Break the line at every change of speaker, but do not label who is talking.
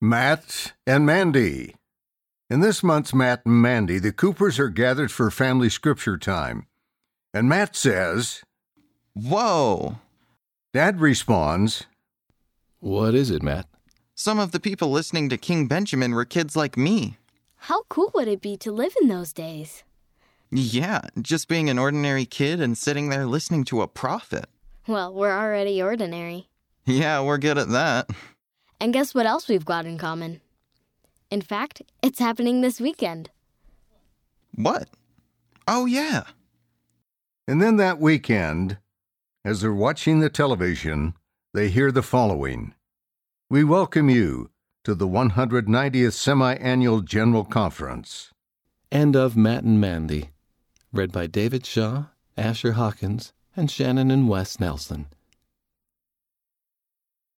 Matt and Mandy. In this month's Matt and Mandy, the Coopers are gathered for family scripture time. And Matt says,
Whoa!
Dad responds,
What is it, Matt?
Some of the people listening to King Benjamin were kids like me.
How cool would it be to live in those days?
Yeah, just being an ordinary kid and sitting there listening to a prophet.
Well, we're already ordinary.
Yeah, we're good at that.
And guess what else we've got in common? In fact, it's happening this weekend.
What? Oh, yeah.
And then that weekend, as they're watching the television, they hear the following We welcome you to the 190th Semi Annual General Conference.
End of Matt and Mandy. Read by David Shaw, Asher Hawkins, and Shannon and Wes Nelson.